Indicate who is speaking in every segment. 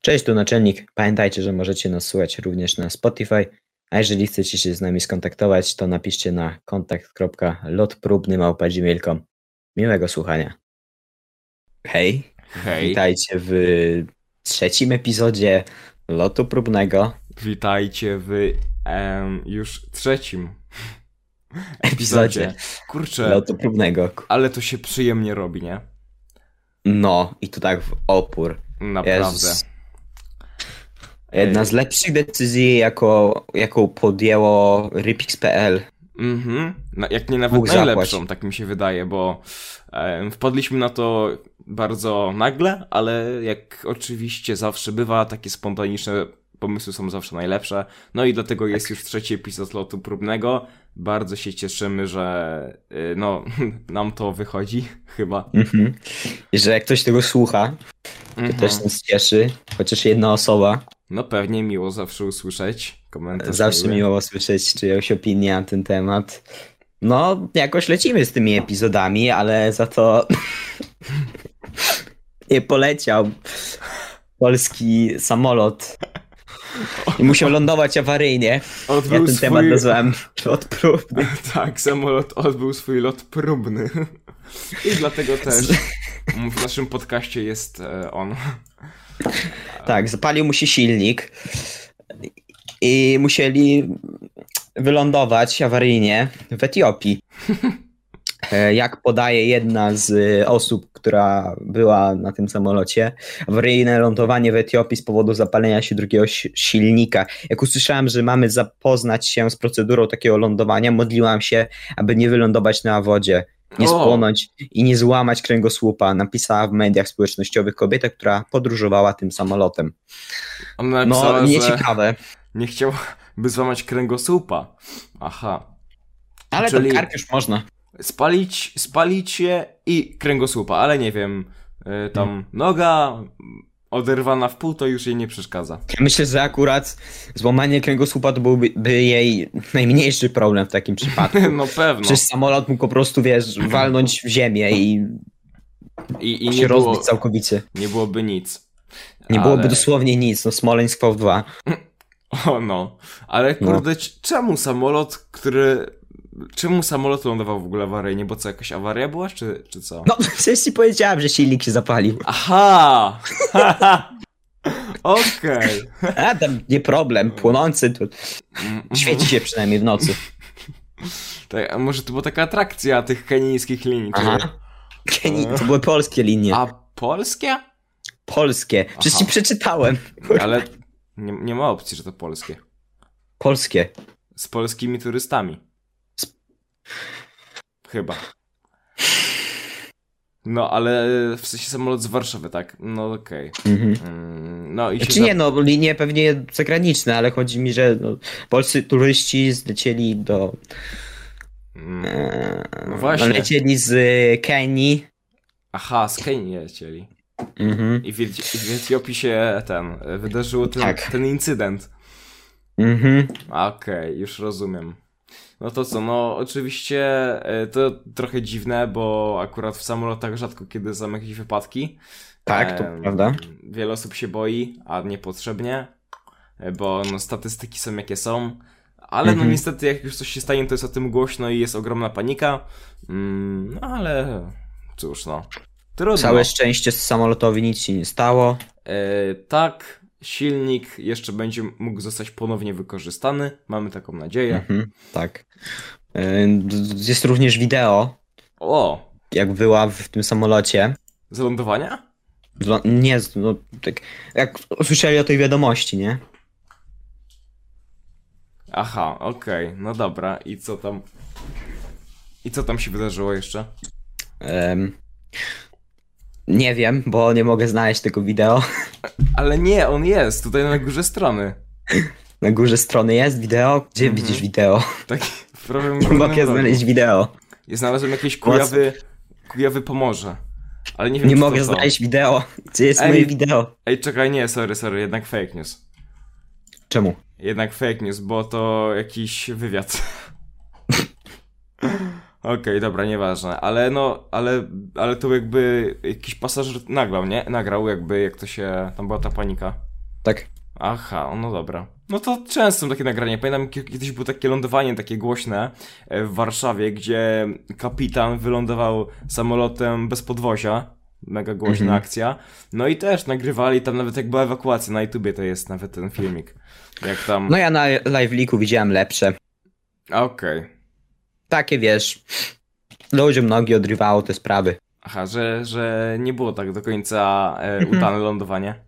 Speaker 1: Cześć, tu naczelnik. Pamiętajcie, że możecie nas słuchać również na Spotify, a jeżeli chcecie się z nami skontaktować, to napiszcie na kontakt.lotprobny.gmail.com. Miłego słuchania. Hej,
Speaker 2: Hej,
Speaker 1: witajcie w trzecim epizodzie lotu próbnego.
Speaker 2: witajcie w em, już trzecim
Speaker 1: Epizodzie. No
Speaker 2: epizodzie. tak. Kurczę,
Speaker 1: Lotu próbnego.
Speaker 2: ale to się przyjemnie robi, nie?
Speaker 1: No, i to tak w opór.
Speaker 2: Naprawdę.
Speaker 1: Jezus. Jedna z lepszych decyzji, jaką, jaką podjęło Rypix.pl.
Speaker 2: Mhm. No, jak nie nawet
Speaker 1: Bóg zapłać.
Speaker 2: najlepszą, tak mi się wydaje, bo em, wpadliśmy na to bardzo nagle, ale jak oczywiście zawsze bywa, takie spontaniczne pomysły są zawsze najlepsze. No i dlatego
Speaker 1: Tak.
Speaker 2: jest już trzeci epizod lotu próbnego. Bardzo się cieszymy, że y, no, nam to wychodzi, chyba.
Speaker 1: Mhm. I Że jak ktoś tego słucha, to
Speaker 2: Mhm.
Speaker 1: też nas cieszy. Chociaż jedna osoba.
Speaker 2: No pewnie miło zawsze usłyszeć komentarz.
Speaker 1: Zawsze
Speaker 2: miły.
Speaker 1: miło słyszeć czyjąś opinię na ten temat. No, jakoś lecimy z tymi epizodami, ale za to nie poleciał polski samolot. I musiał lądować awaryjnie. Ja
Speaker 2: Odbył
Speaker 1: ten
Speaker 2: swój...
Speaker 1: temat nazwałem od prób.
Speaker 2: Tak, samolot odbył swój lot próbny. I dlatego też w naszym podcaście jest e, on.
Speaker 1: Tak, zapalił mu się silnik i musieli wylądować awaryjnie w Etiopii. E, Jak podaje jedna z y, osób, która była na tym samolocie, awaryjne lądowanie w Etiopii z powodu zapalenia się drugiego si- silnika. Jak usłyszałem, że mamy zapoznać się z procedurą takiego lądowania, modliłam się, aby nie wylądować na wodzie nie
Speaker 2: O!
Speaker 1: spłonąć i nie złamać kręgosłupa, napisała w mediach społecznościowych kobieta, która podróżowała tym samolotem.
Speaker 2: Ona napisała,
Speaker 1: No,
Speaker 2: Tak, że
Speaker 1: nieciekawe,
Speaker 2: nie chciała by złamać kręgosłupa. Aha.
Speaker 1: ale
Speaker 2: czyli-
Speaker 1: to kark już można.
Speaker 2: Spalić, spalić je i kręgosłupa, ale nie wiem, e, tam noga oderwana w pół to już jej nie przeszkadza.
Speaker 1: Ja myślę, że akurat złamanie kręgosłupa to byłby by jej najmniejszy problem w takim przypadku.
Speaker 2: No pewno.
Speaker 1: Przecież samolot mógł po prostu, wiesz, walnąć w ziemię i,
Speaker 2: I, i
Speaker 1: się
Speaker 2: nie,
Speaker 1: rozbić
Speaker 2: było,
Speaker 1: całkowicie.
Speaker 2: nie byłoby nic.
Speaker 1: Nie
Speaker 2: Ale-
Speaker 1: byłoby dosłownie nic, no Smoleńsk V2.
Speaker 2: O no, ale
Speaker 1: No.
Speaker 2: kurde, c- czemu samolot, który... Czemu samolot lądował w ogóle w aryjnie? Bo co, jakaś awaria była, czy, czy co?
Speaker 1: No przecież ci powiedziałem, że silnik się zapalił.
Speaker 2: Aha! Okej.
Speaker 1: A tam nie problem, płonący, to
Speaker 2: Mm,
Speaker 1: świeci się przynajmniej w nocy.
Speaker 2: Tak, a może to była taka atrakcja tych kenijskich linii,
Speaker 1: Aha.
Speaker 2: czy...
Speaker 1: To były polskie linie.
Speaker 2: A polskie?
Speaker 1: Polskie. Przecież
Speaker 2: Aha.
Speaker 1: ci przeczytałem.
Speaker 2: Ale nie, nie ma opcji, że to polskie.
Speaker 1: Polskie.
Speaker 2: Z polskimi turystami. Chyba. No, ale w sensie samolot z Warszawy, tak? No okej.
Speaker 1: Mhm.
Speaker 2: Mm, No i się
Speaker 1: Czy nie, no linie pewnie zagraniczne, ale chodzi mi, że no, polscy turyści zlecieli do...
Speaker 2: Mm,
Speaker 1: E,
Speaker 2: No właśnie.
Speaker 1: no, Lecieli z e, Kenii.
Speaker 2: Aha, z Kenii lecieli.
Speaker 1: Mhm.
Speaker 2: I w, Eti- i w Etiopii się ten, wydarzył ten,
Speaker 1: Tak.
Speaker 2: ten incydent.
Speaker 1: Mhm.
Speaker 2: Okej, już rozumiem. No to co, no oczywiście e, to trochę dziwne, bo akurat w samolotach rzadko kiedy są jakieś wypadki.
Speaker 1: Tak, to
Speaker 2: Em,
Speaker 1: prawda.
Speaker 2: Wiele osób się boi, a niepotrzebnie, e, bo no, statystyki są jakie są. Ale no
Speaker 1: Mhm.
Speaker 2: niestety jak już coś się stanie, to jest o tym głośno i jest ogromna panika. Mm, no ale cóż no. Trudno.
Speaker 1: Całe szczęście samolotowi nic się nie stało.
Speaker 2: E, tak, silnik jeszcze będzie mógł zostać ponownie wykorzystany. Mamy taką nadzieję.
Speaker 1: Mhm. Tak. E, d- d- Jest również wideo,
Speaker 2: O!
Speaker 1: jak była w tym samolocie.
Speaker 2: Z lądowania?
Speaker 1: Wlo- Nie, no, tak, jak usłyszeli o tej wiadomości, nie?
Speaker 2: Aha, okej, no dobra, i co tam. I co tam się wydarzyło jeszcze?
Speaker 1: Em, nie wiem, bo nie mogę znaleźć tego wideo.
Speaker 2: Ale nie, on jest tutaj na górze strony.
Speaker 1: Na górze strony jest wideo. Gdzie
Speaker 2: Mhm. no.
Speaker 1: widzisz wideo?
Speaker 2: Tak, w prawym
Speaker 1: Nie
Speaker 2: górnym
Speaker 1: mogę
Speaker 2: rogu.
Speaker 1: znaleźć wideo.
Speaker 2: Ja znalazłem jakieś kujawy. Kujawy pomorze. Ale nie wiem,
Speaker 1: Nie
Speaker 2: czy
Speaker 1: mogę
Speaker 2: to są.
Speaker 1: znaleźć wideo. Gdzie jest
Speaker 2: Ej.
Speaker 1: moje wideo?
Speaker 2: Ej, czekaj, nie, sorry, sorry, jednak fake news.
Speaker 1: Czemu?
Speaker 2: Jednak fake news, bo to jakiś wywiad. Okej, dobra, nieważne, ale no, ale, ale to jakby jakiś pasażer nagrał, nie? Nagrał jakby, jak to się, tam była ta panika.
Speaker 1: Tak.
Speaker 2: Aha, no dobra. No to często są takie nagrania. Pamiętam ki- kiedyś było takie lądowanie takie głośne e, w Warszawie, gdzie kapitan wylądował samolotem bez podwozia. Mega głośna
Speaker 1: Mhm.
Speaker 2: akcja. No i też nagrywali tam nawet jak była ewakuacja. Na YouTubie to jest nawet ten filmik. Jak tam.
Speaker 1: No ja na live leaku widziałem lepsze.
Speaker 2: A, Okej.
Speaker 1: Takie wiesz. Ludziom nogi odrywało te sprawy.
Speaker 2: Aha, że, że nie było tak do końca e,
Speaker 1: Mhm.
Speaker 2: udane lądowanie.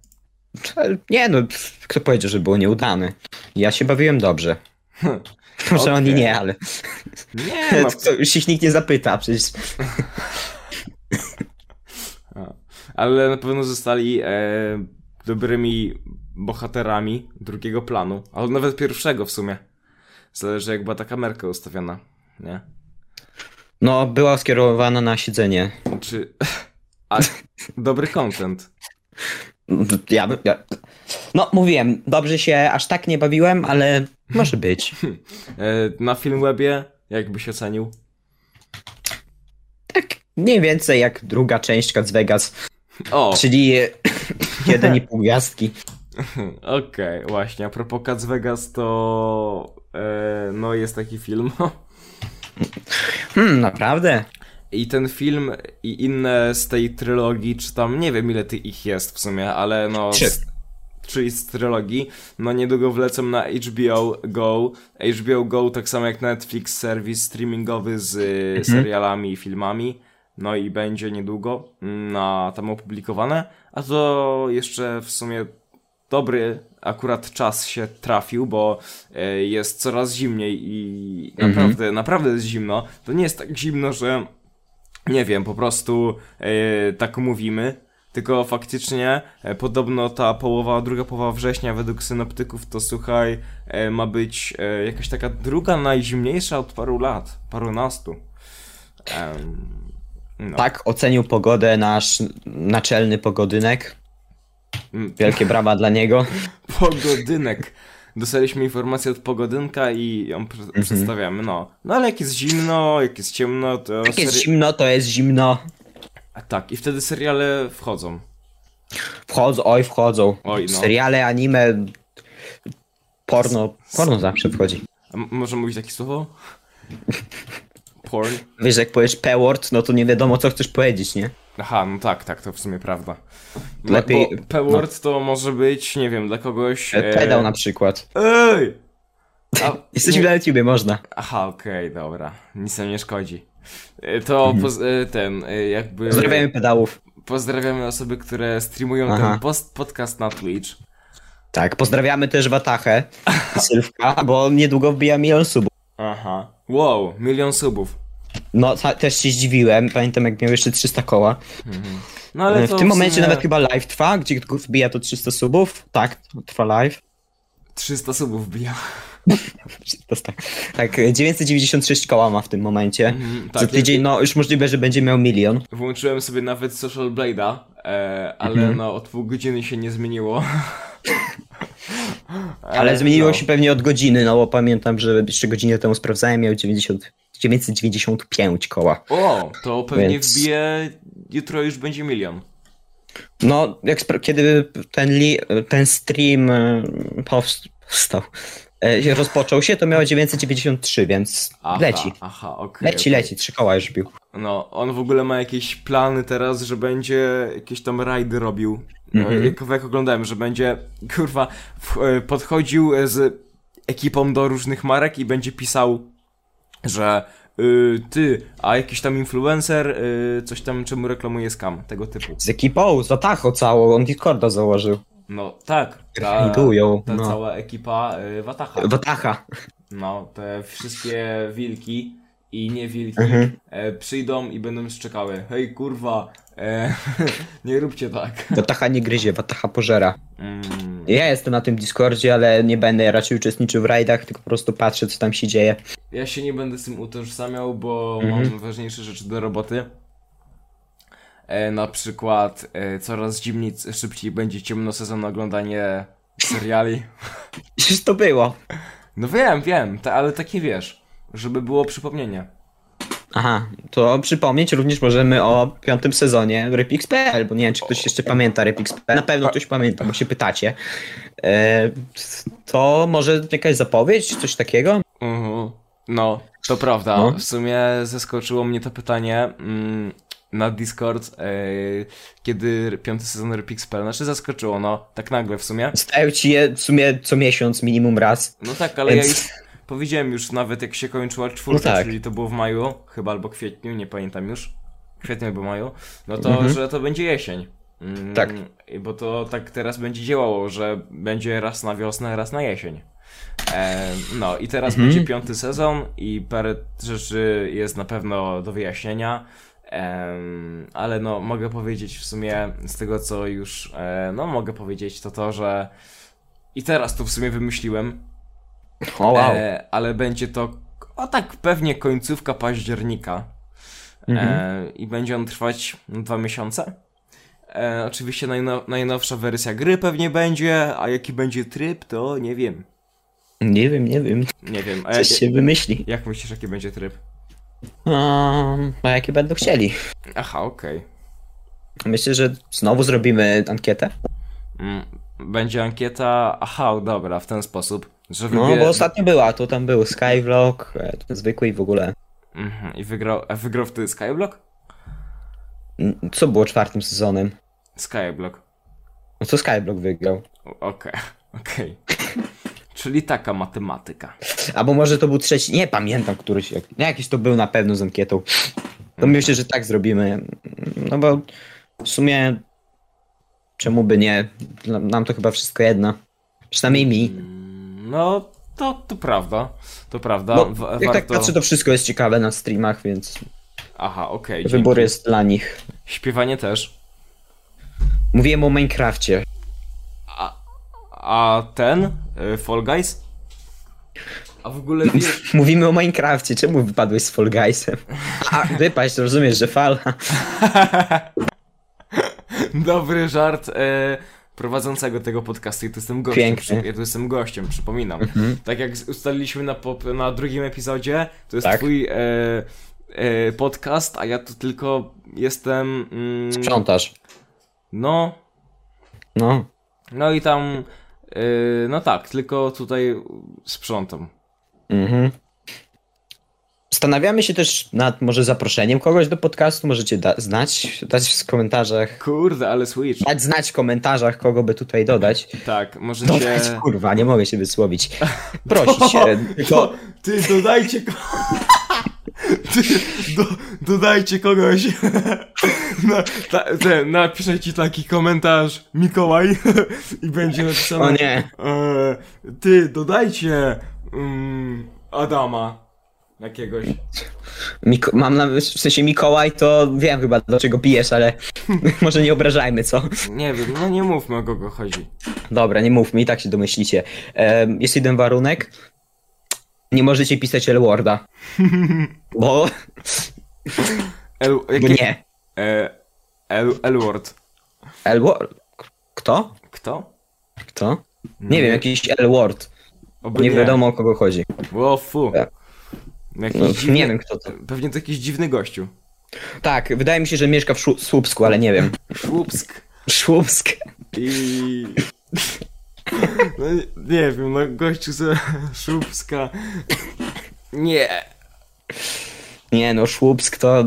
Speaker 1: Ale Nie no, pff, kto powiedział, że było nieudane. Ja się bawiłem dobrze. Hm. Może oni
Speaker 2: Okej.
Speaker 1: nie, ale
Speaker 2: Nie, no,
Speaker 1: to już ich nikt nie zapyta, przecież
Speaker 2: A. Ale na pewno zostali e, dobrymi bohaterami drugiego planu, albo nawet pierwszego w sumie. Zależy jak była ta kamerka ustawiona, nie?
Speaker 1: no była skierowana na siedzenie.
Speaker 2: Czy... A, dobry content.
Speaker 1: Ja, bym- ja... No mówiłem, dobrze się aż tak nie bawiłem, ale może być.
Speaker 2: E, na Filmwebie jakby się ocenił?
Speaker 1: Tak mniej więcej jak druga część Cats Vegas,
Speaker 2: O,
Speaker 1: czyli jeden i pół gwiazdki.
Speaker 2: okej, właśnie. A propos Cats Vegas, to... E, no jest taki film.
Speaker 1: Hmm, naprawdę?
Speaker 2: I ten film i inne z tej trylogii, czy tam nie wiem ile ty ich jest w sumie, ale no.
Speaker 1: Trzy.
Speaker 2: Z, czyli z trylogii. No niedługo wlecą na HBO Go. HBO Go, tak samo jak Netflix, serwis streamingowy z y, serialami i filmami. No i będzie niedługo mm, na tam opublikowane. A to jeszcze w sumie dobry akurat czas się trafił, bo e, jest coraz zimniej i naprawdę, naprawdę jest zimno. To nie jest tak zimno, że nie wiem, po prostu e, tak mówimy. Tylko faktycznie e, podobno ta połowa, druga połowa września według synoptyków to słuchaj, e, ma być e, jakaś taka druga najzimniejsza od paru lat, parunastu. Em, no.
Speaker 1: Tak ocenił pogodę nasz naczelny pogodynek.
Speaker 2: Mm.
Speaker 1: Wielkie brawa dla niego.
Speaker 2: Pogodynek. Dostaliśmy informację od pogodynka i ją pr-
Speaker 1: Mhm.
Speaker 2: przedstawiamy, no. No ale jak jest zimno, jak jest ciemno, to...
Speaker 1: Jak jest
Speaker 2: seri-
Speaker 1: zimno, to jest zimno.
Speaker 2: A tak, i wtedy seriale wchodzą.
Speaker 1: Wchodzą, oj wchodzą.
Speaker 2: Oj, no.
Speaker 1: Seriale, anime, porno. Porno zawsze wchodzi.
Speaker 2: A m- może mówić takie słowo? Porn?
Speaker 1: Wiesz, jak powiesz P-word, no to nie wiadomo, co chcesz powiedzieć, nie?
Speaker 2: Aha, no tak, tak, to w sumie prawda. No,
Speaker 1: Lepiej-
Speaker 2: Bo P-word to może być, nie wiem, dla kogoś... e,
Speaker 1: Pedał na przykład.
Speaker 2: Ej! A,
Speaker 1: Jesteśmy na YouTubie, można.
Speaker 2: Aha, okej, dobra. Nic nam nie szkodzi. E, To poz- e, ten, e, jakby...
Speaker 1: Mhm. Pozdrawiamy pedałów.
Speaker 2: Pozdrawiamy osoby, które streamują
Speaker 1: Aha.
Speaker 2: ten post podcast na Twitch.
Speaker 1: Tak, pozdrawiamy też Watachę, Sylwka, bo niedługo wbija milion subów.
Speaker 2: Aha. Wow, milion subów.
Speaker 1: No, ta, też się zdziwiłem, pamiętam jak miał jeszcze 300 koła.
Speaker 2: No ale
Speaker 1: E, w
Speaker 2: to
Speaker 1: tym momencie
Speaker 2: sumie
Speaker 1: nawet chyba live trwa, gdzie tylko wbija to 300 subów. Tak, trwa live.
Speaker 2: 300 subów bija.
Speaker 1: To jest tak, tak, 996 koła ma w tym momencie.
Speaker 2: Mhm,
Speaker 1: Za
Speaker 2: tak,
Speaker 1: tydzień, no już możliwe, że będzie miał milion.
Speaker 2: Włączyłem sobie nawet Social Blade'a, e, ale
Speaker 1: Mhm.
Speaker 2: no od pół godziny się nie zmieniło.
Speaker 1: Ale zmieniło
Speaker 2: no.
Speaker 1: się pewnie od godziny, no bo pamiętam, że jeszcze godzinę temu sprawdzałem, miał 90, 995 koła.
Speaker 2: O, to pewnie
Speaker 1: Więc-
Speaker 2: wbije... Jutro już będzie milion.
Speaker 1: No, jak spra- kiedy ten, li- ten stream e, powst- powstał, e, się rozpoczął się, to miało 993, więc
Speaker 2: Aha,
Speaker 1: leci.
Speaker 2: Aha, okej.
Speaker 1: Leci,
Speaker 2: okej.
Speaker 1: leci, trzy koła już bił.
Speaker 2: No, on w ogóle ma jakieś plany teraz, że będzie jakieś tam rajdy robił. No,
Speaker 1: Mhm.
Speaker 2: jak, jak oglądałem, że będzie, kurwa, w, e, podchodził e, z ekipą do różnych marek i będzie pisał, że y, ty, a jakiś tam influencer, y, coś tam czemu reklamuje skam, tego typu.
Speaker 1: Z ekipą, za tacho całą, on Discorda założył.
Speaker 2: No, tak. Ta,
Speaker 1: Rajdują,
Speaker 2: ta
Speaker 1: no.
Speaker 2: cała ekipa y, Watacha.
Speaker 1: Watacha.
Speaker 2: No, te wszystkie wilki i nie wilki
Speaker 1: Mhm.
Speaker 2: e, przyjdą i będą szczekały. Hej kurwa, e, nie róbcie tak.
Speaker 1: Watacha nie gryzie, Watacha pożera.
Speaker 2: Mm,
Speaker 1: Ja jestem na tym Discordzie, ale nie będę raczej uczestniczył w rajdach, tylko po prostu patrzę, co tam się dzieje.
Speaker 2: ja się nie będę z tym utożsamiał, bo
Speaker 1: Mhm.
Speaker 2: mam ważniejsze rzeczy do roboty. E, na przykład e, coraz zimniej, c- szybciej będzie ciemno sezon na oglądanie seriali.
Speaker 1: Przecież to było.
Speaker 2: No wiem, wiem, ta, ale takie wiesz, żeby było przypomnienie.
Speaker 1: Aha, to przypomnieć również możemy o piątym sezonie Rypix.pl, bo nie wiem, czy ktoś jeszcze pamięta Rypix.pl. Na pewno ktoś pamięta, bo się pytacie. E, to może jakaś zapowiedź, coś takiego?
Speaker 2: Mhm. No, to prawda.
Speaker 1: No.
Speaker 2: W sumie zaskoczyło mnie to pytanie mm, na Discord, yy, kiedy piąty sezon Repix.pl, znaczy zaskoczyło, no, tak nagle w sumie.
Speaker 1: Stają ci je w sumie co miesiąc, minimum raz.
Speaker 2: No tak, ale ja
Speaker 1: Więc-
Speaker 2: już powiedziałem już nawet jak się kończyła czwórka,
Speaker 1: No tak.
Speaker 2: czyli to było w maju, chyba albo kwietniu, nie pamiętam już. Kwietniu albo maju, no to
Speaker 1: Mhm.
Speaker 2: że to będzie jesień. Mm,
Speaker 1: Tak.
Speaker 2: i Bo to tak teraz będzie działało, że będzie raz na wiosnę, raz na jesień. E, no i teraz
Speaker 1: Mhm.
Speaker 2: będzie piąty sezon i parę rzeczy jest na pewno do wyjaśnienia. Em, ale no, mogę powiedzieć w sumie z tego, co już e, no, mogę powiedzieć, to to, że i teraz to w sumie wymyśliłem,
Speaker 1: O wow.
Speaker 2: E, ale będzie to, o tak pewnie końcówka października.
Speaker 1: Mhm.
Speaker 2: E, I będzie on trwać dwa miesiące. E, oczywiście najno, najnowsza wersja gry pewnie będzie, a jaki będzie tryb, to nie wiem.
Speaker 1: Nie wiem, nie wiem.
Speaker 2: Nie wiem. A
Speaker 1: Coś
Speaker 2: jak,
Speaker 1: się wymyśli.
Speaker 2: jak myślisz, jaki będzie tryb?
Speaker 1: Um, a jakie będą chcieli?
Speaker 2: Aha, okej.
Speaker 1: Myślę, że znowu zrobimy ankietę.
Speaker 2: Mm, Będzie ankieta. Aha, dobra, w ten sposób. Że
Speaker 1: No,
Speaker 2: wybie-
Speaker 1: bo ostatnio była, to tam był Skyvlog, e, ten zwykły i w ogóle.
Speaker 2: Mhm, I wygrał, a wygrał wtedy Skyblock?
Speaker 1: N- Co było czwartym sezonem?
Speaker 2: Skyblock.
Speaker 1: No co Skyblock wygrał?
Speaker 2: O- Okej, okej. Czyli taka matematyka.
Speaker 1: Albo może to był trzeci, nie pamiętam któryś, jak- nie, jakiś to był na pewno z ankietą. To myślę, że tak zrobimy, no bo w sumie czemu by nie, Dla- nam to chyba wszystko jedno. Przynajmniej mi.
Speaker 2: Mm, No, to, to prawda. To prawda.
Speaker 1: Bo
Speaker 2: No, Wa-
Speaker 1: jak
Speaker 2: warto...
Speaker 1: tak patrzę, to wszystko jest ciekawe na streamach, więc
Speaker 2: Aha, okej. dzięki.
Speaker 1: wybór jest dla nich.
Speaker 2: Śpiewanie też.
Speaker 1: Mówiłem o Minecrafcie.
Speaker 2: A ten? Y, Fall Guys? A w ogóle wiesz...
Speaker 1: Mówimy o Minecrafcie, czemu wypadłeś z Fall Guysem? A, wypaść, rozumiesz, że fala.
Speaker 2: Dobry żart e, prowadzącego tego podcastu. Ja tu jestem gościem.
Speaker 1: Piękny. Mhm.
Speaker 2: przy- Ja tu jestem gościem, przypominam. Tak jak z- ustaliliśmy na, pop, na drugim epizodzie, to jest
Speaker 1: Tak.
Speaker 2: twój e, e, podcast, a ja tu tylko jestem. Mm,
Speaker 1: Sprzątasz.
Speaker 2: no,
Speaker 1: No.
Speaker 2: no i tam. e, no tak, tylko tutaj sprzątam.
Speaker 1: Mhm. Zastanawiamy się też nad może zaproszeniem kogoś do podcastu. Możecie da- znać, dać w komentarzach.
Speaker 2: Kurde, ale Switch.
Speaker 1: Dać znać w komentarzach, kogo by tutaj dodać.
Speaker 2: Tak, możecie.
Speaker 1: Dodać, kurwa, nie mogę się wysłowić. Prosić się.
Speaker 2: To,
Speaker 1: Tylko,
Speaker 2: ty dodajcie ko- ty, do, dodajcie kogoś. Na, ta, ten, napiszę ci taki komentarz Mikołaj i będzie napisane.
Speaker 1: o nie.
Speaker 2: E, ty dodajcie mm, Adama jakiegoś.
Speaker 1: Miko- mam na w sensie Mikołaj, to wiem chyba do czego pijesz, ale może nie obrażajmy, co?
Speaker 2: Nie wiem, no nie mówmy o kogo chodzi.
Speaker 1: Dobra, nie mów mi, i tak się domyślicie. Em, jest jeden warunek. Nie możecie pisać L-Worda. Bo,
Speaker 2: El,
Speaker 1: bo
Speaker 2: jakie,
Speaker 1: nie.
Speaker 2: E, El, Elward.
Speaker 1: L-Word. Kto?
Speaker 2: Kto?
Speaker 1: Kto? Nie wiem, jakiś L-Word.
Speaker 2: Oby
Speaker 1: Nie wiadomo o kogo chodzi.
Speaker 2: O fu.
Speaker 1: Tak.
Speaker 2: Jakiś
Speaker 1: No,
Speaker 2: dziwny,
Speaker 1: nie wiem kto to.
Speaker 2: Pewnie to jakiś dziwny gościu.
Speaker 1: Tak, wydaje mi się, że mieszka w Szu- Słupsku, ale nie wiem.
Speaker 2: Szłupsk.
Speaker 1: Słupsk.
Speaker 2: I... No, nie- nie wiem, no gościu ze Szubska. Nie.
Speaker 1: Nie no, Słupsk to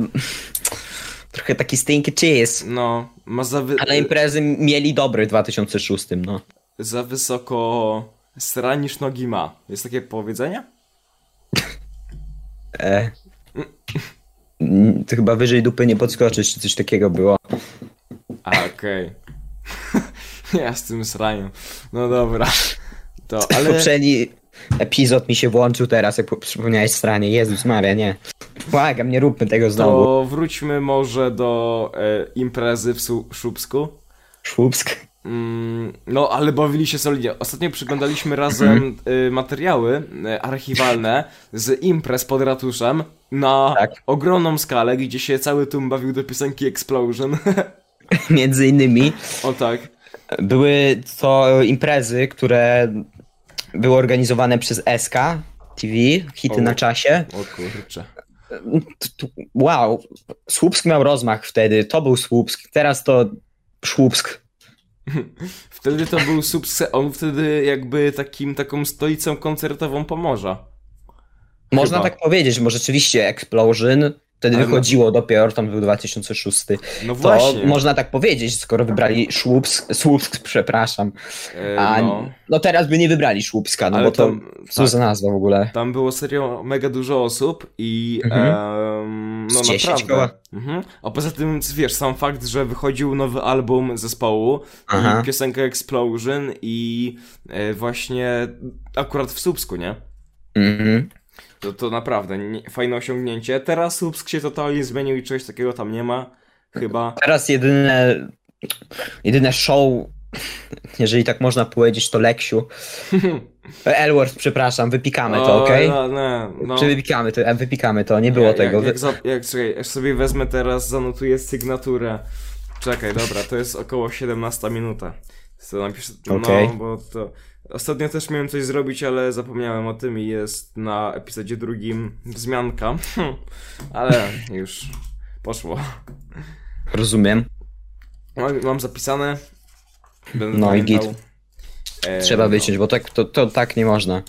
Speaker 1: trochę taki stinky cheese.
Speaker 2: No, ma za, wy...
Speaker 1: Ale imprezy mieli dobry w 2006, no.
Speaker 2: za wysoko sranisz nogi ma. Jest takie powiedzenie?
Speaker 1: E. Mm, To chyba wyżej dupy nie podskoczysz, czy coś takiego było.
Speaker 2: A, okej. ja z tym sraniem. No dobra. To, ale...
Speaker 1: Poprzedni epizod mi się włączył teraz, jak po- przypomniałeś stranie. Jezus Maria, nie. Błagam, nie róbmy tego znowu.
Speaker 2: To wróćmy może do e, imprezy w Su- Szubsku.
Speaker 1: Szłupsk.
Speaker 2: Mm, no, ale bawili się solidnie. Ostatnio przyglądaliśmy razem
Speaker 1: Mhm.
Speaker 2: y, materiały y, archiwalne z imprez pod ratuszem na
Speaker 1: Tak.
Speaker 2: ogromną skalę, gdzie się cały tłum bawił do piosenki Explosion.
Speaker 1: Między innymi
Speaker 2: o tak.
Speaker 1: były to imprezy, które były organizowane przez SK TV, hity
Speaker 2: O.
Speaker 1: na czasie.
Speaker 2: O kurczę.
Speaker 1: t- t- wow, Słupsk miał rozmach wtedy, to był Słupsk, teraz to Słupsk.
Speaker 2: Wtedy to był subse, on wtedy jakby takim, taką stolicą koncertową Pomorza.
Speaker 1: Można
Speaker 2: Chyba.
Speaker 1: tak powiedzieć, bo rzeczywiście Explosion wtedy
Speaker 2: Ale no-
Speaker 1: wychodziło dopiero, tam był 2006.
Speaker 2: No
Speaker 1: To
Speaker 2: właśnie.
Speaker 1: można tak powiedzieć, skoro wybrali Słupsk, Słupsk przepraszam.
Speaker 2: E,
Speaker 1: A
Speaker 2: no.
Speaker 1: no. teraz by nie wybrali Słupska, no
Speaker 2: Ale tak.
Speaker 1: bo to
Speaker 2: tam-
Speaker 1: co za nazwa w ogóle.
Speaker 2: Tam było serio mega dużo osób i
Speaker 1: Mhm.
Speaker 2: em, no
Speaker 1: Z 10 koła.
Speaker 2: naprawdę. Mhm. A poza tym, wiesz, sam fakt, że wychodził nowy album zespołu
Speaker 1: Aha.
Speaker 2: i piosenka Explosion i e, właśnie akurat w Słupsku, nie?
Speaker 1: Mhm.
Speaker 2: To, to naprawdę nie, fajne osiągnięcie. Teraz Słupsk się totalnie zmienił i czegoś takiego tam nie ma. Chyba.
Speaker 1: Teraz jedyne, jedyne show, jeżeli tak można powiedzieć, to Leksiu. Elworth, przepraszam, wypikamy to,
Speaker 2: O,
Speaker 1: okej?
Speaker 2: no, no, no.
Speaker 1: Czy wypikamy to? E, Wypikamy to, nie było
Speaker 2: jak,
Speaker 1: tego.
Speaker 2: Jak, jak, za, jak, czekaj, aż sobie wezmę teraz, zanotuję sygnaturę. Czekaj, dobra, to jest około 17 minuta. Co napiszę? No,
Speaker 1: Okej.
Speaker 2: bo to... Ostatnio też miałem coś zrobić, ale zapomniałem o tym i jest na epizodzie drugim wzmianka. ale już poszło.
Speaker 1: Rozumiem.
Speaker 2: Mam, mam zapisane. Będę
Speaker 1: No i
Speaker 2: pamiętał.
Speaker 1: git.
Speaker 2: E,
Speaker 1: Trzeba
Speaker 2: no.
Speaker 1: wyciąć, bo tak, to, to tak nie można.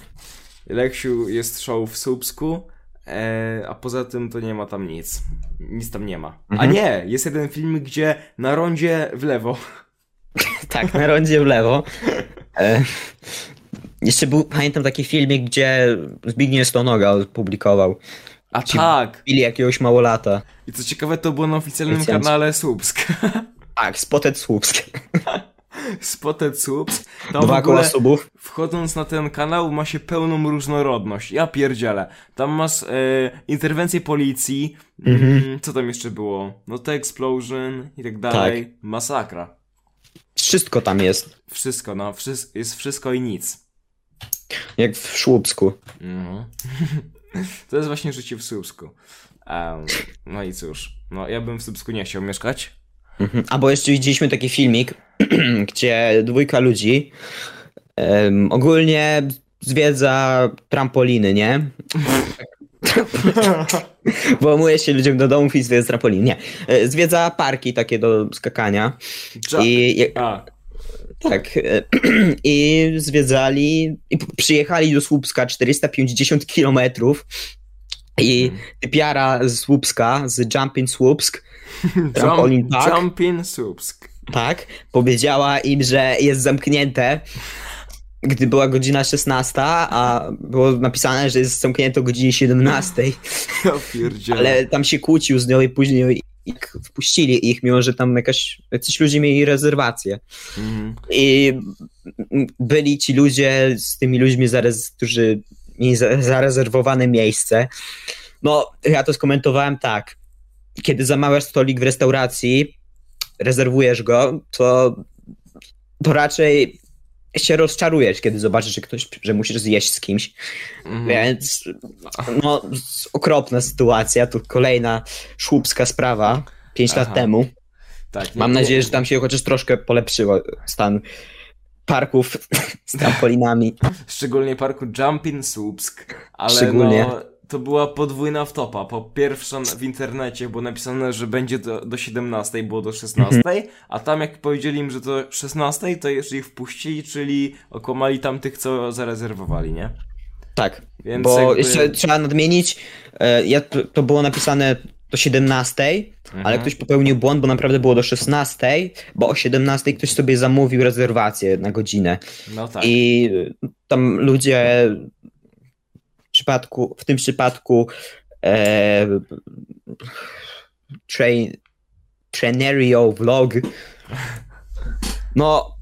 Speaker 2: Leksiu jest show w Słupsku, e, a poza tym to nie ma tam nic. Nic tam nie ma.
Speaker 1: Mhm.
Speaker 2: A nie, jest jeden film, gdzie na rondzie w lewo.
Speaker 1: Tak, na rondzie w lewo. E, jeszcze był, pamiętam taki filmik, gdzie Zbigniew Stonoga publikował.
Speaker 2: A
Speaker 1: Ci-
Speaker 2: tak!
Speaker 1: Bili jakiegoś małolata.
Speaker 2: I co ciekawe, to było na oficjalnym
Speaker 1: Licencja.
Speaker 2: kanale Słupsk.
Speaker 1: Tak, Spotted Słupsk.
Speaker 2: Spotted Słupsk. Tam
Speaker 1: Dwa
Speaker 2: w ogóle,
Speaker 1: koła subów.
Speaker 2: wchodząc na ten kanał, ma się pełną różnorodność. Ja pierdzielę. Tam masz e, interwencję policji.
Speaker 1: Mhm.
Speaker 2: Mm, co tam jeszcze było? No to Explosion i tak dalej. Masakra.
Speaker 1: Wszystko tam jest,
Speaker 2: Wszystko, no. Wszy- jest wszystko i nic.
Speaker 1: jak w Słupsku.
Speaker 2: No. to jest właśnie życie w Słupsku. Em, no i cóż, no ja bym w Słupsku nie chciał mieszkać.
Speaker 1: Mhm. Albo jeszcze widzieliśmy taki filmik, gdzie dwójka ludzi em, ogólnie zwiedza trampoliny, nie? Włamuje się ludziom do domów i zwiedza trampoliny. Nie. E, Zwiedza parki takie do skakania.
Speaker 2: Dża-
Speaker 1: I jak,
Speaker 2: A,
Speaker 1: tak. e, I zwiedzali. I p- przyjechali do Słupska 450 kilometrów. I typiara z Słupska, z Jumping Słupsk, Trampolin tak?
Speaker 2: jump,
Speaker 1: Park.
Speaker 2: Jumpin Słupsk.
Speaker 1: tak, powiedziała im, że jest zamknięte, gdy była godzina 16, a było napisane, że jest zamknięte o godzinie 17,
Speaker 2: Ja pierdzielę.
Speaker 1: ale tam się kłócił z nią i później ich wpuścili ich, mimo że tam jakaś, jacyś ludzie mieli rezerwację.
Speaker 2: Mhm.
Speaker 1: I byli ci ludzie z tymi ludźmi, zarez, którzy mieli za- zarezerwowane miejsce. No, ja to skomentowałem tak. Kiedy zamawiasz stolik w restauracji, rezerwujesz go, to, to raczej się rozczarujesz, kiedy zobaczysz, że ktoś, że musisz zjeść z kimś.
Speaker 2: Mhm.
Speaker 1: Więc no, s- okropna sytuacja. Tu kolejna szłupska sprawa. Pięć lat
Speaker 2: Aha.
Speaker 1: temu.
Speaker 2: Tak, nie-
Speaker 1: Mam
Speaker 2: nie-
Speaker 1: nadzieję, że tam się chociaż troszkę polepszyło stan parków z trampolinami.
Speaker 2: Szczególnie parku Jumpin Słupsk, ale
Speaker 1: Szczególnie.
Speaker 2: no... To była podwójna wtopa. Po pierwsze na- w internecie było napisane, że będzie do, do 17, było do 16, a tam jak powiedzieli im, że do 16, to jeszcze ich wpuścili, czyli okłamali tamtych, co zarezerwowali, nie?
Speaker 1: Tak,
Speaker 2: Więc
Speaker 1: bo
Speaker 2: jakby...
Speaker 1: jeszcze trzeba nadmienić, e, ja, to, to było napisane do 17,
Speaker 2: Mhm.
Speaker 1: ale ktoś popełnił błąd, bo naprawdę było do 16, bo o 17 ktoś sobie zamówił rezerwację na godzinę
Speaker 2: No tak.
Speaker 1: i tam ludzie w przypadku, w tym przypadku e, train, Trenerio Vlog no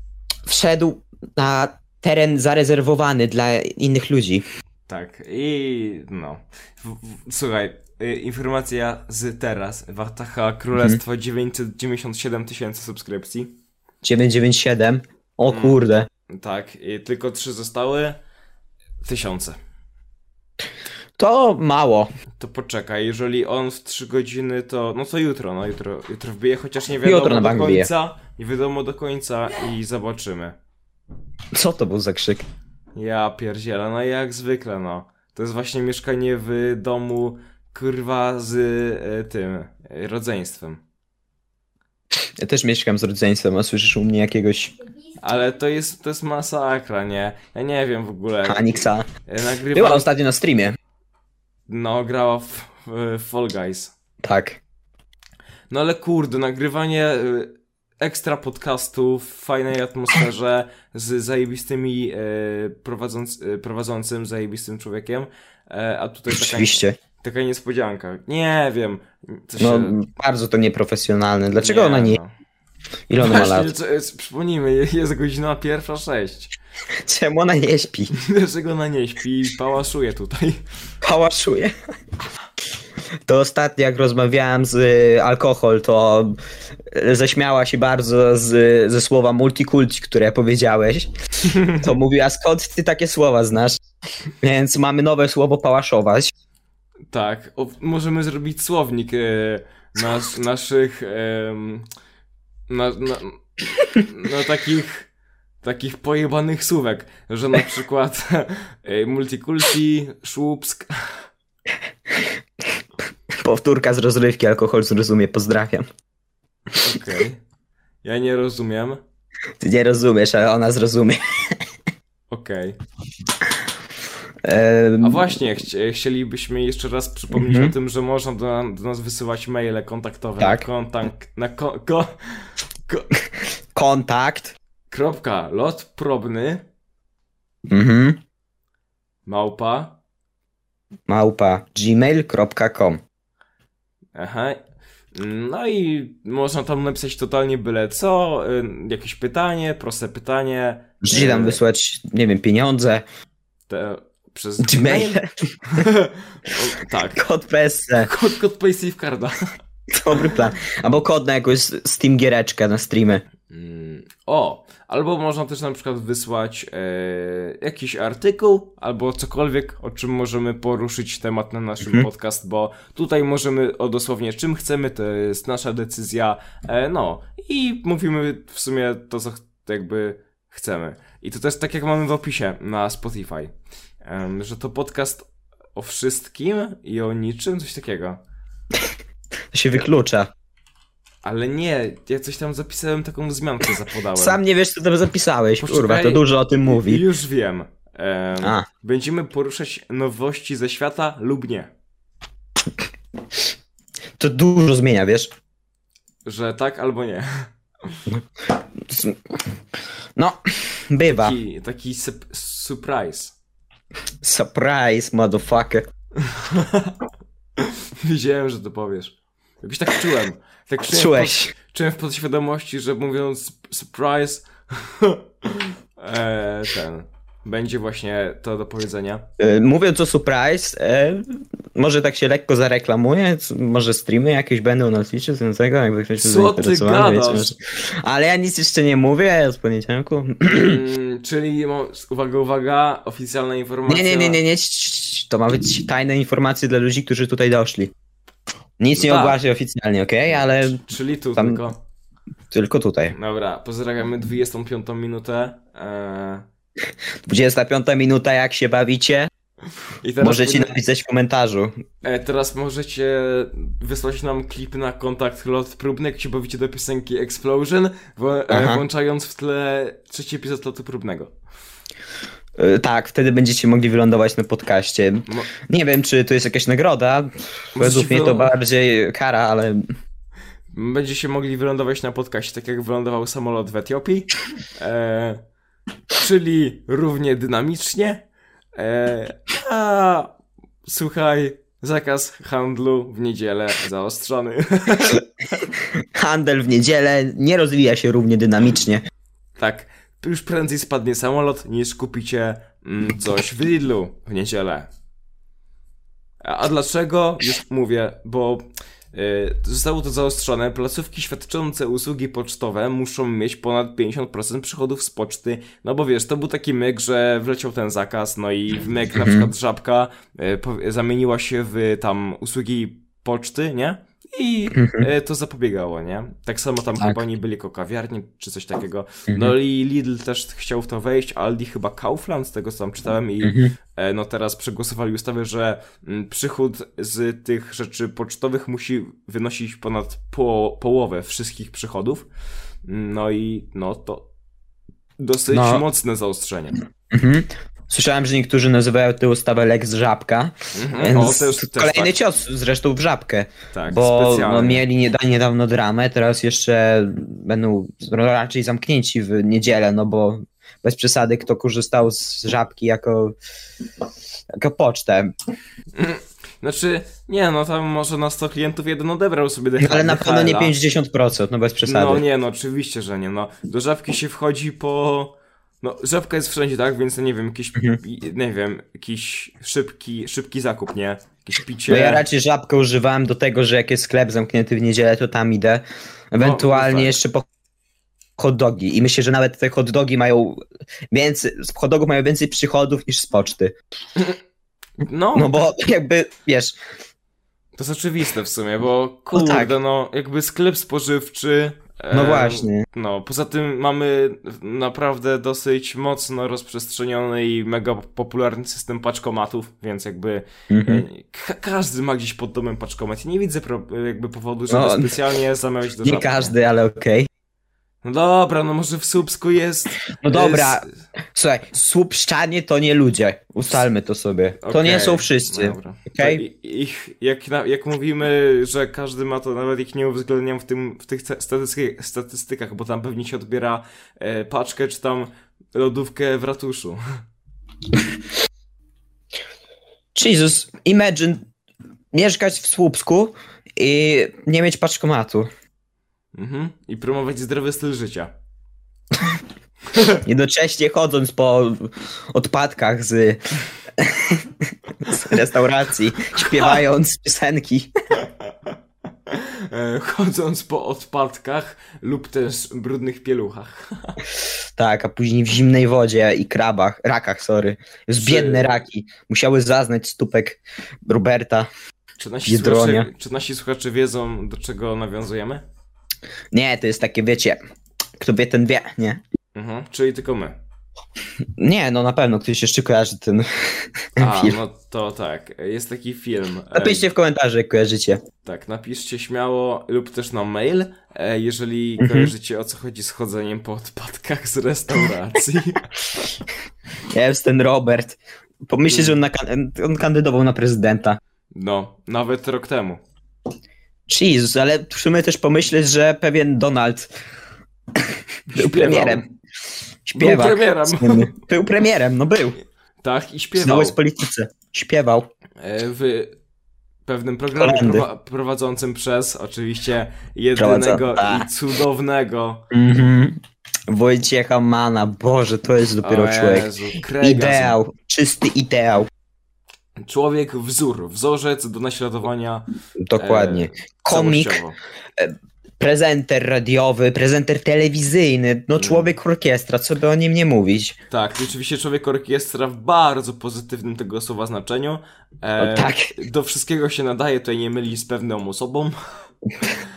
Speaker 1: wszedł na teren zarezerwowany dla innych ludzi.
Speaker 2: Tak. I no. W, w, słuchaj, y, informacja z teraz. Wataha Królestwo
Speaker 1: Mhm.
Speaker 2: 997 tysięcy subskrypcji.
Speaker 1: 997. O
Speaker 2: Mm.
Speaker 1: kurde.
Speaker 2: Tak. I tylko trzy zostały. Tysiące.
Speaker 1: To mało.
Speaker 2: To poczekaj, jeżeli on w 3 godziny, to. No to jutro, no jutro, jutro wbije, chociaż nie
Speaker 1: Jutro
Speaker 2: wiadomo
Speaker 1: na
Speaker 2: do
Speaker 1: bank wbije.
Speaker 2: końca. Nie wiadomo do końca i zobaczymy.
Speaker 1: Co to był za krzyk?
Speaker 2: Ja pierdzielę, no jak zwykle, no. To jest właśnie mieszkanie w domu kurwa z e, tym e, rodzeństwem.
Speaker 1: Ja też mieszkam z rodzeństwem, a słyszysz u mnie jakiegoś
Speaker 2: Ale to jest, to jest masakra, nie? Ja nie wiem w ogóle.
Speaker 1: Aniksa.
Speaker 2: E, Nagrywa...
Speaker 1: Była ostatnio na streamie.
Speaker 2: No, grała w, w Fall Guys.
Speaker 1: Tak.
Speaker 2: No ale kurde, nagrywanie y, ekstra podcastów w fajnej atmosferze z zajebistymi y, prowadząc, y, prowadzącym, zajebistym człowiekiem. E, A tutaj taka,
Speaker 1: Oczywiście.
Speaker 2: taka niespodzianka. Nie wiem. Co
Speaker 1: No,
Speaker 2: się...
Speaker 1: bardzo to nieprofesjonalne. Dlaczego
Speaker 2: nie,
Speaker 1: ona nie...
Speaker 2: no.
Speaker 1: Ile ona ma lat?
Speaker 2: Właśnie, co, jest, przypomnijmy, je- jest godzina pierwsza sześć.
Speaker 1: Czemu ona nie śpi?
Speaker 2: Dlaczego ona nie śpi i pałaszuje tutaj?
Speaker 1: Hałaszuje. To ostatnio jak rozmawiałem z y, alkohol, to y, zaśmiała się bardzo z, ze słowa multikulti, które powiedziałeś. To mówiła, skąd ty takie słowa znasz? Więc mamy nowe słowo pałaszować.
Speaker 2: Tak, o, możemy zrobić słownik e, nas, naszych. em, na, na, na takich. Takich pojebanych słówek, że na przykład e, multikulti, szłupsk.
Speaker 1: Powtórka z rozrywki, alkohol zrozumie, pozdrawiam.
Speaker 2: Okej. Ja nie rozumiem.
Speaker 1: Ty nie rozumiesz, ale ona zrozumie.
Speaker 2: Okej.
Speaker 1: Ehm,
Speaker 2: A właśnie, chci- chcielibyśmy jeszcze raz przypomnieć
Speaker 1: Mhm.
Speaker 2: o tym, że można do, do nas wysyłać maile kontaktowe
Speaker 1: Tak.
Speaker 2: na kontakt. na ko, ko, ko,
Speaker 1: Kontakt.
Speaker 2: kropka lotprobny
Speaker 1: Mhm.
Speaker 2: małpa
Speaker 1: Małpa gmail.com.
Speaker 2: Aha. No i można tam napisać totalnie byle co, y, jakieś pytanie, proste pytanie.
Speaker 1: Możecie tam
Speaker 2: y,
Speaker 1: wysłać, nie wiem, pieniądze,
Speaker 2: te, przez
Speaker 1: Gmail,
Speaker 2: O, tak.
Speaker 1: kod PSC.
Speaker 2: Kod, kod PlayStation Carda.
Speaker 1: Dobry plan. Albo kod na jakąś Steam giereczkę na streamy.
Speaker 2: Mm, O, albo można też na przykład wysłać y, jakiś artykuł, albo cokolwiek, o czym możemy poruszyć temat na naszym
Speaker 1: Mhm.
Speaker 2: podcast, bo tutaj możemy o dosłownie czym chcemy, to jest nasza decyzja, e, no i mówimy w sumie to, co ch- jakby chcemy. I to też tak jak mamy w opisie na Spotify, em, że to podcast o wszystkim i o niczym, coś takiego.
Speaker 1: To się wyklucza.
Speaker 2: Ale nie, ja coś tam zapisałem, taką wzmiankę zapodałem.
Speaker 1: Sam nie wiesz, co tam zapisałeś.
Speaker 2: Poczekaj.
Speaker 1: Kurwa, to dużo o tym mówi.
Speaker 2: Już wiem. Em,
Speaker 1: A.
Speaker 2: Będziemy poruszać nowości ze świata lub nie.
Speaker 1: To dużo zmienia, wiesz?
Speaker 2: Że tak albo nie.
Speaker 1: No, bywa.
Speaker 2: Taki, taki sup- surprise.
Speaker 1: Surprise, motherfucker.
Speaker 2: Wiedziałem, że to powiesz. Jakoś tak czułem. Tak czułem,
Speaker 1: Czułeś.
Speaker 2: W pod, czułem w podświadomości, że mówiąc sup- surprise, e, ten. Będzie właśnie to do powiedzenia.
Speaker 1: E, Mówiąc o surprise, e, może tak się lekko zareklamuję, c- może streamy jakieś będą na Twitchu, z tego, jakby ktoś był
Speaker 2: Co ty
Speaker 1: zainteresowany,
Speaker 2: gadasz?
Speaker 1: może. Ale ja nic jeszcze nie mówię od poniedziałku.
Speaker 2: Mm, Czyli, mo- uwaga, uwaga, oficjalna informacja.
Speaker 1: Nie, nie, nie, nie, nie. ć- ć- ć. To ma być tajne informacje dla ludzi, którzy tutaj doszli. Nic nie
Speaker 2: Tak.
Speaker 1: ogłaszaj oficjalnie, okej? Ale
Speaker 2: Czyli tu
Speaker 1: Tam-
Speaker 2: tylko.
Speaker 1: tylko tutaj.
Speaker 2: Dobra, pozdrawiamy 25 minutę. Eee,
Speaker 1: 25 minuta, jak się bawicie,
Speaker 2: I teraz,
Speaker 1: możecie
Speaker 2: pod-
Speaker 1: napisać w komentarzu.
Speaker 2: e, teraz możecie wysłać nam klip na kontakt lot próbny, jak się bawicie do piosenki Explosion, wo-
Speaker 1: Aha.
Speaker 2: e, włączając w tle trzeci epizod lotu próbnego.
Speaker 1: Y, Tak, wtedy będziecie mogli wylądować na podcaście.
Speaker 2: No.
Speaker 1: Nie wiem, czy to jest jakaś nagroda. Według
Speaker 2: Możecie
Speaker 1: mnie to
Speaker 2: wylo-
Speaker 1: bardziej kara, ale
Speaker 2: Będzie się mogli wylądować na podcaście, tak jak wylądował samolot w Etiopii. E, czyli równie dynamicznie. E, a słuchaj, zakaz handlu w niedzielę zaostrzony.
Speaker 1: handel w niedzielę nie rozwija się równie dynamicznie.
Speaker 2: Tak, już prędzej spadnie samolot niż kupicie mm, coś w Lidlu w niedzielę. A, a dlaczego? Już mówię, bo y, zostało to zaostrzone. Placówki świadczące usługi pocztowe muszą mieć ponad 50% przychodów z poczty. No bo wiesz, to był taki myk, że wleciał ten zakaz, no i w myk na przykład żabka y, pow- zamieniła się w tam usługi poczty, nie? I e, to zapobiegało, nie? Tak samo tam
Speaker 1: Mhm. Tak. mhm.
Speaker 2: chyba nie byli jako kawiarni czy coś takiego. No i Lidl też chciał w to wejść, Aldi chyba Kaufland, z tego co tam czytałem i
Speaker 1: Mhm.
Speaker 2: e, no teraz przegłosowali ustawę, że mm, przychód z tych rzeczy pocztowych musi wynosić ponad po, połowę wszystkich przychodów. No i no to dosyć
Speaker 1: No.
Speaker 2: mocne zaostrzenie.
Speaker 1: Mhm. Słyszałem, że niektórzy nazywają tę ustawę Lex Żabka,
Speaker 2: Mhm.
Speaker 1: więc
Speaker 2: O, też, też
Speaker 1: kolejny
Speaker 2: tak,
Speaker 1: cios zresztą w żabkę,
Speaker 2: tak,
Speaker 1: bo no,
Speaker 2: specjalnie.
Speaker 1: mieli nieda- niedawno dramę, teraz jeszcze będą raczej zamknięci w niedzielę, no bo bez przesady kto korzystał z żabki jako, jako pocztę,
Speaker 2: Znaczy, nie, no tam może na 100 klientów jeden odebrał sobie DHL.
Speaker 1: ale na pewno nie 50%, no bez przesady.
Speaker 2: Tak, No nie, no oczywiście, że nie. No, do żabki się wchodzi po... No, żabka jest wszędzie, tak? Więc, no nie wiem, jakiś,
Speaker 1: Mhm.
Speaker 2: nie wiem, jakiś szybki, szybki zakup, nie? Jakieś picie.
Speaker 1: No ja raczej żabkę używałem do tego, że jak jest sklep zamknięty w niedzielę, to tam idę. Ewentualnie
Speaker 2: no tak.
Speaker 1: jeszcze po hot dogi. I myślę, że nawet te hot dogi mają więcej, z hot dogów mają więcej przychodów niż z poczty.
Speaker 2: No,
Speaker 1: No bo jakby, wiesz,
Speaker 2: to jest oczywiste w sumie, bo kurde, no,
Speaker 1: tak.
Speaker 2: jakby sklep spożywczy... e,
Speaker 1: no właśnie.
Speaker 2: No, poza tym mamy naprawdę dosyć mocno rozprzestrzeniony i mega popularny system paczkomatów, więc jakby e,
Speaker 1: Mhm.
Speaker 2: Ka- każdy ma gdzieś pod domem paczkomat. Ja Nie widzę pro- jakby powodu, żeby
Speaker 1: No,
Speaker 2: specjalnie zamawiać do
Speaker 1: Nie
Speaker 2: żabki.
Speaker 1: każdy, ale okej.
Speaker 2: No dobra, no może w Słupsku jest...
Speaker 1: No dobra,
Speaker 2: jest-
Speaker 1: słuchaj, słupszczanie to nie ludzie. Ustalmy to sobie. To nie
Speaker 2: okej, No
Speaker 1: są wszyscy.
Speaker 2: Dobra.
Speaker 1: okej?
Speaker 2: To i- Ich, jak, na, jak mówimy, że każdy ma to, nawet ich nie uwzględniam w, tym, w tych ce- statystyki, statystykach, bo tam pewnie się odbiera e, paczkę czy tam lodówkę w ratuszu.
Speaker 1: Jesus, imagine mieszkać w Słupsku i nie mieć paczkomatu.
Speaker 2: Mhm. I promować zdrowy styl życia.
Speaker 1: Jednocześnie chodząc po odpadkach z, z restauracji, śpiewając piosenki.
Speaker 2: E, Chodząc po odpadkach lub też brudnych pieluchach.
Speaker 1: Tak, a później w zimnej wodzie i krabach, rakach, sorry. Z
Speaker 2: Czy-
Speaker 1: biedne raki. Musiały zaznać stópek Roberta.
Speaker 2: Czy nasi,
Speaker 1: Biedronia.
Speaker 2: słuchacze, czy nasi słuchacze wiedzą, do czego nawiązujemy?
Speaker 1: Nie, to jest takie, wiecie, kto wie, ten wie, nie?
Speaker 2: Mhm, czyli tylko my.
Speaker 1: Nie, no na pewno ktoś jeszcze kojarzy ten
Speaker 2: A,
Speaker 1: film.
Speaker 2: no to tak. Jest taki film. e,
Speaker 1: Napiszcie w komentarzu, jak kojarzycie.
Speaker 2: Tak, napiszcie śmiało lub też na mail, e, jeżeli
Speaker 1: Mhm.
Speaker 2: kojarzycie o co chodzi z chodzeniem po odpadkach z restauracji.
Speaker 1: Jest ten Robert. Pomyślcie, że on, na kan- on kandydował na prezydenta.
Speaker 2: No, nawet rok temu.
Speaker 1: Jezus, ale w sumie też pomyśleć, że pewien Donald był
Speaker 2: Śpiewał.
Speaker 1: premierem.
Speaker 2: Był
Speaker 1: Śpiewał.
Speaker 2: premierem.
Speaker 1: Był premierem, no był.
Speaker 2: Tak, i śpiewał.
Speaker 1: Znał z polityce. Śpiewał.
Speaker 2: e, w pewnym programie
Speaker 1: Kolendy.
Speaker 2: prowa- prowadzącym przez oczywiście jedynego
Speaker 1: Prowadząca.
Speaker 2: i cudownego
Speaker 1: Mhm. Wojciecha Mana, Boże, to jest dopiero
Speaker 2: o
Speaker 1: człowiek.
Speaker 2: Jezu, Craiga.
Speaker 1: Ideał, czysty ideał.
Speaker 2: Człowiek wzór, wzorzec do naśladowania.
Speaker 1: Dokładnie.
Speaker 2: e,
Speaker 1: Komik,
Speaker 2: całościowo.
Speaker 1: prezenter radiowy, prezenter telewizyjny, no człowiek orkiestra, co by o nim nie mówić.
Speaker 2: Tak, oczywiście człowiek orkiestra w bardzo pozytywnym tego słowa znaczeniu. E,
Speaker 1: O, tak,
Speaker 2: Do wszystkiego się nadaje, tutaj nie myli z pewną osobą,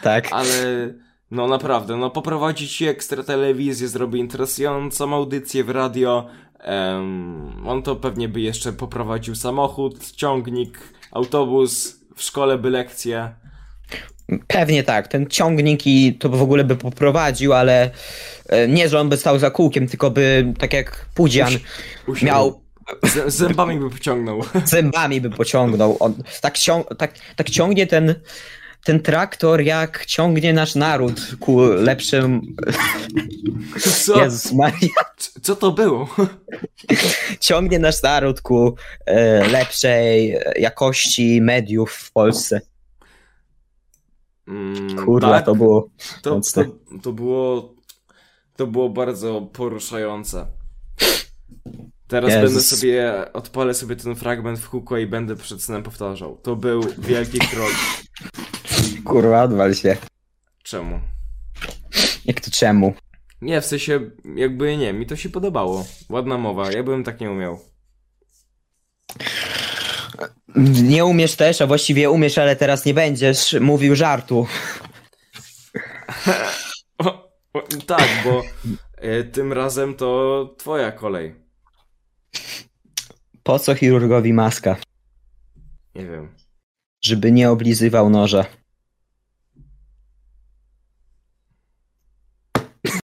Speaker 1: tak.
Speaker 2: ale no naprawdę, no poprowadzi ci ekstra telewizję, zrobi interesującą audycję w radio. Em, on to pewnie by jeszcze poprowadził samochód, ciągnik, autobus, w szkole by lekcje.
Speaker 1: Pewnie tak, ten ciągnik i to w ogóle by poprowadził, ale e, nie, że on by stał za kółkiem, tylko by tak jak Pudzian
Speaker 2: Usiadł.
Speaker 1: miał
Speaker 2: Z, zębami by pociągnął.
Speaker 1: zębami by pociągnął. On tak, cią- tak, tak ciągnie ten, ten traktor, jak ciągnie nasz naród ku lepszym.
Speaker 2: Co?
Speaker 1: Jezus Maria.
Speaker 2: C- Co to było?
Speaker 1: Ciągnie nasz naród ku e, lepszej e, jakości mediów w Polsce.
Speaker 2: Mm,
Speaker 1: Kurwa,
Speaker 2: tak,
Speaker 1: to było.
Speaker 2: to,
Speaker 1: mocne.
Speaker 2: to, to było. To było bardzo poruszające. Teraz
Speaker 1: Jezus.
Speaker 2: będę sobie. Odpalę sobie ten fragment w kółko i będę przed snem powtarzał. To był wielki krok.
Speaker 1: Kurwa, odwal się.
Speaker 2: Czemu?
Speaker 1: Jak to czemu?
Speaker 2: Nie, w sensie, jakby nie, mi to się podobało. Ładna mowa, ja bym tak nie umiał.
Speaker 1: Nie umiesz też, a właściwie umiesz, ale teraz nie będziesz mówił żartu.
Speaker 2: O, o, tak, bo e, tym razem to twoja kolej.
Speaker 1: Po co chirurgowi maska?
Speaker 2: Nie wiem.
Speaker 1: Żeby nie oblizywał noża.